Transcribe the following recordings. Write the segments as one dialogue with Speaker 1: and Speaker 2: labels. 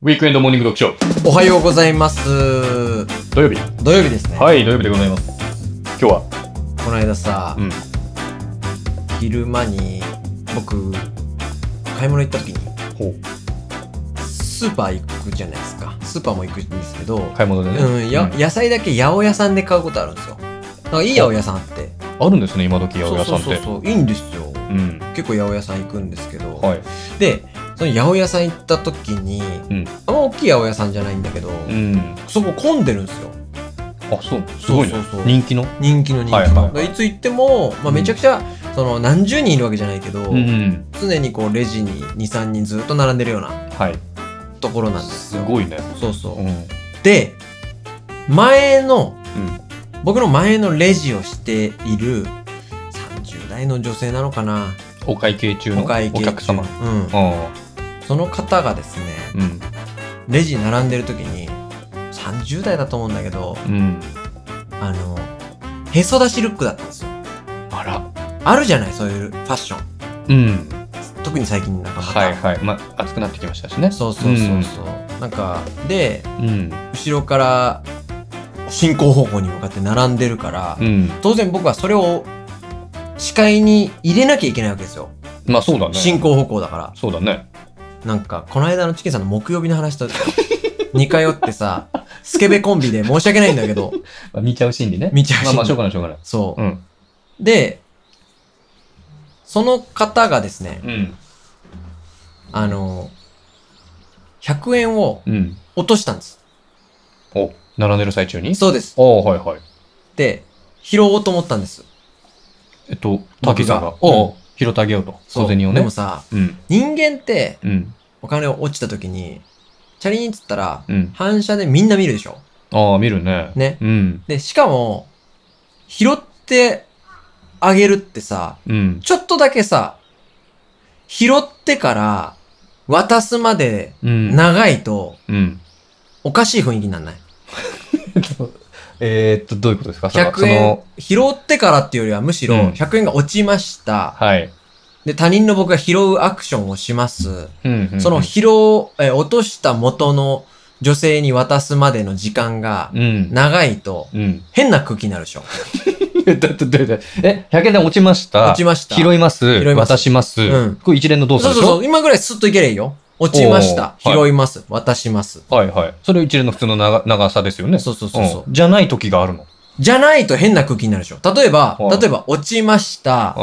Speaker 1: ウィークエンドモーニング読書。
Speaker 2: おはようございます。
Speaker 1: 土曜日。
Speaker 2: 土曜日ですね。
Speaker 1: はい、土曜日でございます。今日は、
Speaker 2: この間さ、
Speaker 1: うん。
Speaker 2: 昼間に僕買い物行った時に
Speaker 1: ほ
Speaker 2: スーパー行くじゃないですか。スーパーも行くんですけど、
Speaker 1: う。買い物でね。
Speaker 2: うん、や野菜だけ八百屋さんで買うことあるんですよ。なんかいい八百屋さんあって。
Speaker 1: あるんですね、今時八百屋さんって。
Speaker 2: そうそうそうそう。いいんですよ。
Speaker 1: うん。
Speaker 2: 結構八百屋さん行くんですけど、
Speaker 1: はい。
Speaker 2: でその八百屋さん行った時に、
Speaker 1: うん
Speaker 2: あんま大きい八百屋さんじゃないんだけど、
Speaker 1: うん。
Speaker 2: そこ混んでるんですよ。
Speaker 1: あ、そう。すごいね
Speaker 2: そうそうそ。う
Speaker 1: 人気の。
Speaker 2: 人気の人気の、
Speaker 1: はいいはいはい
Speaker 2: つ行っても、まあ、めちゃくちゃ、その何十人いるわけじゃないけど、
Speaker 1: ん。
Speaker 2: 常にこうレジに23人ずっと並んでるような
Speaker 1: はい。
Speaker 2: ところなんです
Speaker 1: す
Speaker 2: よ
Speaker 1: ごいね。
Speaker 2: そうそう、
Speaker 1: うん。うん。
Speaker 2: で前の僕の前のレジをしている30代の女性なのかな
Speaker 1: お会計中の
Speaker 2: お
Speaker 1: お
Speaker 2: 会計中
Speaker 1: 客様。
Speaker 2: うん
Speaker 1: あ
Speaker 2: その方がですね
Speaker 1: あ。うん。
Speaker 2: レジに並んでる時に30代だと思うんだけど
Speaker 1: うん。
Speaker 2: あのへそ出しルックだったんですよ
Speaker 1: あら。
Speaker 2: あるじゃないそういうファッション
Speaker 1: うん。
Speaker 2: 特に最近なんかまた
Speaker 1: はいはい。まあ、暑くなってきましたしね。
Speaker 2: そうそうそうそう、なんかで
Speaker 1: うん。
Speaker 2: 後ろから進行方向に向かって並んでるから、
Speaker 1: うん。
Speaker 2: 当然僕はそれを視界に入れなきゃいけないわけですよ、
Speaker 1: まあ、そうだね。
Speaker 2: 進行方向だから
Speaker 1: そうだね。
Speaker 2: なんかこの間のチキンさんの木曜日の話と 似通ってさスケベコンビで申し訳ないんだけ ど
Speaker 1: まあ見ちゃう心理ね。
Speaker 2: 見ちゃう
Speaker 1: まあ
Speaker 2: 心理
Speaker 1: まあ、しょうがないしょうがない。
Speaker 2: そう
Speaker 1: う、ん。
Speaker 2: でその方がですね
Speaker 1: うん。
Speaker 2: あの100円を
Speaker 1: うん。
Speaker 2: 落としたんです
Speaker 1: お、並んでる最中に
Speaker 2: そうです
Speaker 1: ああ、はいはい。
Speaker 2: で拾おうと思ったんです
Speaker 1: えっと、
Speaker 2: 僕が
Speaker 1: 滝さんが、
Speaker 2: うん
Speaker 1: おう拾ってあげようと。
Speaker 2: そう
Speaker 1: 小銭をね。
Speaker 2: でもさ
Speaker 1: うん。
Speaker 2: 人間って
Speaker 1: うん。
Speaker 2: お金を落ちた時にチャリーンっつったら
Speaker 1: うん。
Speaker 2: 反射でみんな見るでしょ
Speaker 1: ああ、見るね。
Speaker 2: ね
Speaker 1: うん。
Speaker 2: でしかも拾ってあげるってさ
Speaker 1: うん。
Speaker 2: ちょっとだけさ拾ってから渡すまで
Speaker 1: うん。
Speaker 2: 長いと
Speaker 1: うん。
Speaker 2: おかしい雰囲気になんない
Speaker 1: えーっと、どういうことですかそれは
Speaker 2: 100
Speaker 1: そ
Speaker 2: 円
Speaker 1: の
Speaker 2: 拾ってからっていうよりはむしろ
Speaker 1: うん
Speaker 2: 100円が落ちました、
Speaker 1: はい。
Speaker 2: で他人の僕が拾うアクションをします、
Speaker 1: うんうんうん
Speaker 2: その拾うえ落とした元の女性に渡すまでの時間が
Speaker 1: うん。
Speaker 2: 長いと
Speaker 1: うん。
Speaker 2: 変な空気になるでしょ。
Speaker 1: だって、だって、え、100円で落ちました。
Speaker 2: 落ちました。
Speaker 1: 拾います。
Speaker 2: 拾います
Speaker 1: 渡します。
Speaker 2: うん
Speaker 1: これ一連の動
Speaker 2: そう
Speaker 1: 作で
Speaker 2: そう
Speaker 1: しょ
Speaker 2: そう。今ぐらいスッといけれんよ。落ちました。
Speaker 1: おーはい
Speaker 2: 拾います。渡します。
Speaker 1: はいはい。それ一連の普通の長長さですよね。
Speaker 2: そうそうそうそう。
Speaker 1: んじゃない時があるの。
Speaker 2: じゃないと変な空気になるでしょ。例えば
Speaker 1: は、い
Speaker 2: 例えば、落ちました。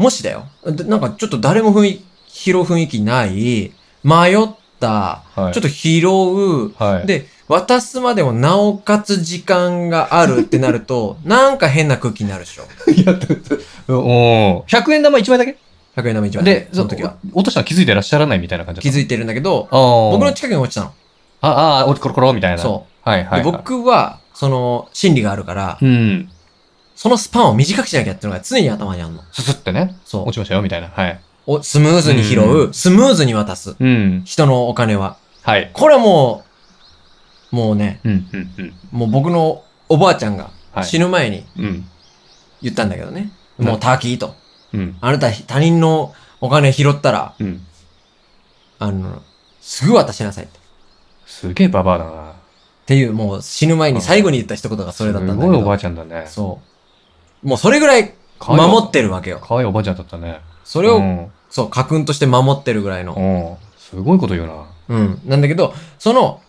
Speaker 1: う
Speaker 2: もしだよ。でなんかちょっと誰も雰囲気、拾う雰囲気ない。迷った。
Speaker 1: ん。はい。
Speaker 2: ちょっと拾
Speaker 1: と、は
Speaker 2: う。
Speaker 1: い。
Speaker 2: で、渡すまでもなおかつ時間があるってなる と、なんか変な空気になるでしょ。
Speaker 1: いや、だっておー100円玉1枚だけ
Speaker 2: 100円玉一枚。
Speaker 1: で、
Speaker 2: その時は。。
Speaker 1: 落としたの気づいてらっしゃらないみたいな感じ
Speaker 2: 気
Speaker 1: だった
Speaker 2: づいてるんだけど、
Speaker 1: あー
Speaker 2: 僕の近くに落ちたの。
Speaker 1: ああー、おちコロコロみたいな。。
Speaker 2: そう
Speaker 1: はいはい、はい。
Speaker 2: で、僕は、その、心理があるから、
Speaker 1: うん。
Speaker 2: そのスパンを短くしなきゃっていうのが常に頭にあるの。
Speaker 1: すすってね。
Speaker 2: そ
Speaker 1: 落
Speaker 2: う
Speaker 1: ちましたよ、みたいな。はい。
Speaker 2: お。スムーズに拾
Speaker 1: う
Speaker 2: う、スムーズに渡す。
Speaker 1: うん。
Speaker 2: 人のお金は。
Speaker 1: はい。
Speaker 2: これはもう、もうね、
Speaker 1: うん、うん、うん。
Speaker 2: もう僕のおばあちゃんが
Speaker 1: はい。
Speaker 2: 死ぬ前に
Speaker 1: うん。
Speaker 2: 言ったんだけどね。
Speaker 1: うん
Speaker 2: もうターキーと。
Speaker 1: うん。
Speaker 2: あなた他人のお金拾ったら、
Speaker 1: うん。
Speaker 2: あの、すぐ渡しなさいって。っ
Speaker 1: すげえババアだな。
Speaker 2: ていう、もう死ぬ前に最後に言った一言がそれだったんだけ
Speaker 1: す
Speaker 2: ど。
Speaker 1: ごいおばあちゃんだね。
Speaker 2: そう。もうそれぐらい
Speaker 1: かわいい
Speaker 2: 守ってるわけよ。
Speaker 1: かわいいおばあちゃんだったね。
Speaker 2: そ
Speaker 1: そ
Speaker 2: れを、
Speaker 1: うん。
Speaker 2: そう、家訓として守ってるぐらいの。
Speaker 1: うんすごいこと言うな。
Speaker 2: うん。なんだけど、その、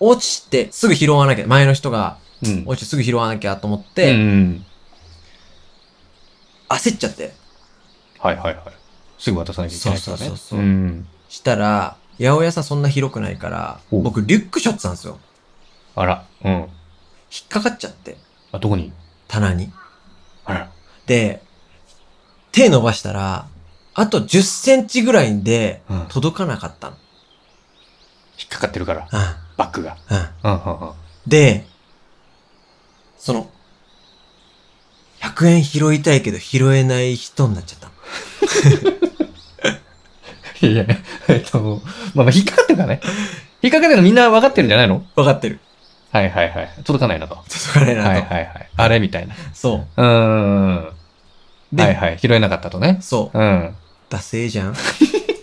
Speaker 2: 落ちてすぐ拾わなきゃ、前の人が
Speaker 1: うん。
Speaker 2: 落ちてすぐ拾わなきゃと思っ
Speaker 1: う
Speaker 2: て、
Speaker 1: ん。
Speaker 2: 焦っちゃって。
Speaker 1: はいはいはい。すぐ渡さなきゃいけないからね。
Speaker 2: そうそうそうそう
Speaker 1: うん。
Speaker 2: したら、八百屋さんそんな広くないから、
Speaker 1: お
Speaker 2: 僕リュック背負ってたんですよ。
Speaker 1: あら。うん。
Speaker 2: 引っかかっちゃって、
Speaker 1: あ、どこに
Speaker 2: 棚に。
Speaker 1: あら。
Speaker 2: で、手伸ばしたら、あと10センチぐらいで
Speaker 1: うん。引
Speaker 2: 届かなかったの。
Speaker 1: っかかってるから、
Speaker 2: う
Speaker 1: バッグが。
Speaker 2: ん、うん。
Speaker 1: うん、うん、うん。
Speaker 2: で、その、100円拾いたいけど拾えない人になっちゃったの。
Speaker 1: いや、えっと、まあまあ、引っかかってるからね。引っかかってるのみんな分かってるんじゃないの
Speaker 2: わかってる。
Speaker 1: はいはいはい。届かないなと。
Speaker 2: 届かないなと。
Speaker 1: はいはいはい。あれみたいな。
Speaker 2: そう
Speaker 1: ーん。
Speaker 2: う。で、
Speaker 1: はいはい。拾えなかったとね。
Speaker 2: そう。
Speaker 1: うん。
Speaker 2: ダセーじゃん。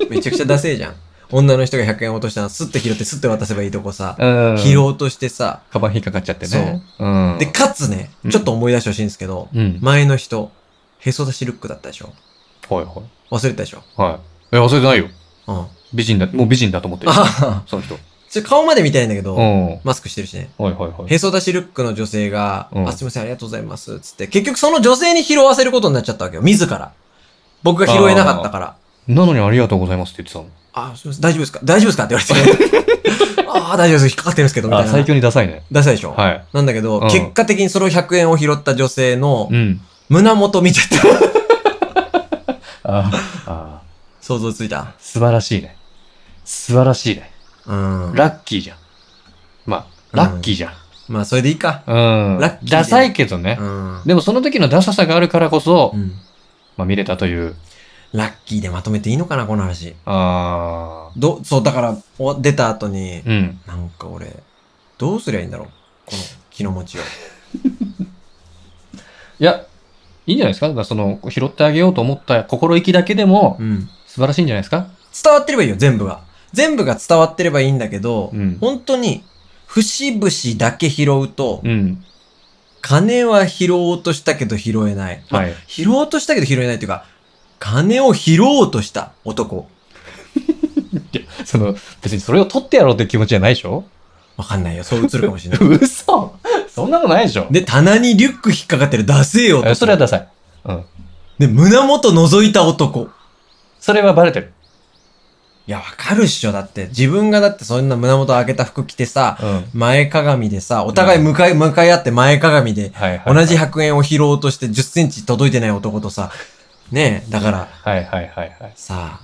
Speaker 2: めちゃくちゃダセーじゃん。女の人が100円落としたらスッて拾ってスッて渡せばいいとこさ、
Speaker 1: うん。
Speaker 2: 拾おうとしてさ、
Speaker 1: カバン引っかかっちゃってね。うん。
Speaker 2: で、かつね
Speaker 1: う、ん
Speaker 2: ちょっと思い出してほしいんですけど、
Speaker 1: うん。
Speaker 2: 前の人、へそ出しルックだったでしょ
Speaker 1: はいはい。
Speaker 2: 忘れてたでしょ
Speaker 1: はい。え、忘れてないよ。
Speaker 2: うん。あ
Speaker 1: 美人だ、もう美人だと思ってる。
Speaker 2: はは
Speaker 1: その人。う
Speaker 2: ちょ顔まで見たいんだけど、
Speaker 1: ん。はい
Speaker 2: マスクしてるしね。
Speaker 1: はいはい。
Speaker 2: へそ出しルックの女性が、
Speaker 1: うん
Speaker 2: あ、すいません、ありがとうございます。つって、結局その女性に拾わせることになっちゃったわけよ。自ら。僕が拾えなかったから。
Speaker 1: なのにありがとうございますって言って
Speaker 2: あすいません、大丈夫ですか大丈夫ですかって 言われて。ああ、大丈夫です。引っかかってるんですけど、
Speaker 1: た
Speaker 2: み
Speaker 1: の。
Speaker 2: たい
Speaker 1: あ、
Speaker 2: な。
Speaker 1: 最強にダサいね。
Speaker 2: ダサいでしょ、
Speaker 1: はい。
Speaker 2: なんだけど、
Speaker 1: うん
Speaker 2: 結果的にその100円を拾った女性の
Speaker 1: うん。
Speaker 2: 胸元見ちゃった。
Speaker 1: ああ、
Speaker 2: 想像ついた
Speaker 1: 素晴らしいね。素晴らしいね。
Speaker 2: うん。
Speaker 1: ラッキーじゃん。まあ、ラッキーじゃん。
Speaker 2: まあ、それでいいか。
Speaker 1: うん。
Speaker 2: ラッキーで
Speaker 1: ダサいけどね
Speaker 2: う。ん。
Speaker 1: でもその時のダサさがあるからこそ、
Speaker 2: うん。
Speaker 1: まあ見れたという。
Speaker 2: ラッキーでまとめていいのかな、この話。
Speaker 1: あ
Speaker 2: ど、そう、だから、お出た後に、
Speaker 1: あ。うん。
Speaker 2: なんか俺、どうすりゃいいんだろうこの気の持ちを。
Speaker 1: いや、いいんじゃないですかだからその、拾ってあげようと思った心意気だけでも、
Speaker 2: うん。
Speaker 1: 素晴らしいんじゃないですか
Speaker 2: 伝わってればいいよ、全部が。全部が伝わってればいいんだけど、
Speaker 1: うん
Speaker 2: 本当に、節々だけ拾うと、
Speaker 1: うん。
Speaker 2: 金は拾おうとしたけど拾えない。まあ
Speaker 1: はい。
Speaker 2: 拾おうとしたけど拾えないというか、金を拾おうとした男。
Speaker 1: その、別にそれを取ってやろうって気持ちじゃないでしょ
Speaker 2: わかんないよ。そう映るかもしれない。
Speaker 1: 嘘そんなことないでしょ
Speaker 2: で、棚にリュック引っかかってるダセえよ
Speaker 1: え
Speaker 2: 男。
Speaker 1: それはダサい。
Speaker 2: で、胸元覗いた男。
Speaker 1: それはバレてる。
Speaker 2: いや、わかるっしょ。だって、自分がだってそんな胸元開けた服着てさ、
Speaker 1: うん。はい
Speaker 2: 前かがみでさ、お互い向かい、向かい合って前かがみで、
Speaker 1: はい、
Speaker 2: 同じ100円を拾おうとして10センチ届いてない男とさ、ねえ、だから、
Speaker 1: はいはいはいはい。
Speaker 2: さ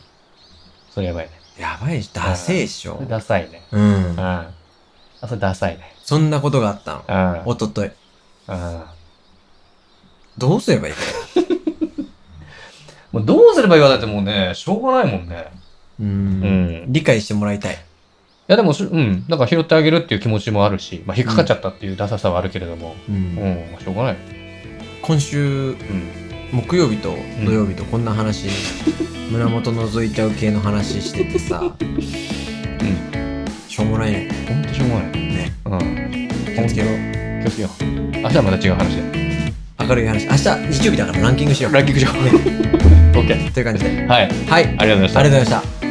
Speaker 1: それやばいね。
Speaker 2: あ、やばいし、ダセえっし
Speaker 1: そ
Speaker 2: ょ
Speaker 1: れ。ダサいね。
Speaker 2: うん
Speaker 1: うん。。あ、それダサいね。
Speaker 2: そんなことがあったの。
Speaker 1: うん。
Speaker 2: おととい。
Speaker 1: うん。
Speaker 2: どうすればいいか
Speaker 1: もうどうすればいいかだってもうね、しょうがないもんね。
Speaker 2: う。
Speaker 1: うんん。い
Speaker 2: 理解してもらいたい。
Speaker 1: やでもし、うん。なんか拾ってあげるっていう気持ちもあるし、まあ引っかかっちゃったっていうダサさはあるけれども、
Speaker 2: う
Speaker 1: うん
Speaker 2: ん。、
Speaker 1: まあしょうがない。
Speaker 2: 今週、
Speaker 1: うん。
Speaker 2: 木曜日と土曜日とこんな 話、胸元覗いちゃう系の話しててさ、しょうもないね。
Speaker 1: ほんとしょうがない。
Speaker 2: ね。
Speaker 1: うん。
Speaker 2: 気をつけよう。
Speaker 1: 気をつけよう。明日はまた違う話で。
Speaker 2: 明るい話。明日、日曜日だからランキングしよう。
Speaker 1: ランキングしよう。
Speaker 2: ね。
Speaker 1: オッケー。
Speaker 2: という感じで。
Speaker 1: はい。あり
Speaker 2: はい。あり
Speaker 1: がとうございまし
Speaker 2: が
Speaker 1: た
Speaker 2: とうご。ざいました。